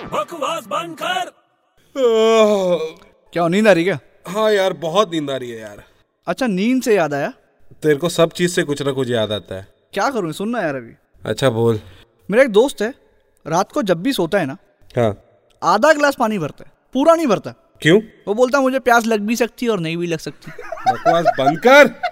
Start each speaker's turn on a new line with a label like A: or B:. A: आवाज बंद कर
B: आह,
C: क्या नींद आ रही क्या
B: हाँ यार बहुत नींद आ रही है यार
C: अच्छा नींद से याद आया
B: तेरे को सब चीज से कुछ ना कुछ याद आता है
C: क्या करूँ सुनना यार अभी
B: अच्छा बोल
C: मेरा एक दोस्त है रात को जब भी सोता है ना
B: हाँ
C: आधा गिलास पानी भरता है पूरा नहीं भरता
B: क्यों
C: वो बोलता है, मुझे प्यास लग भी सकती है और नहीं भी लग सकती
B: बकवास बंद कर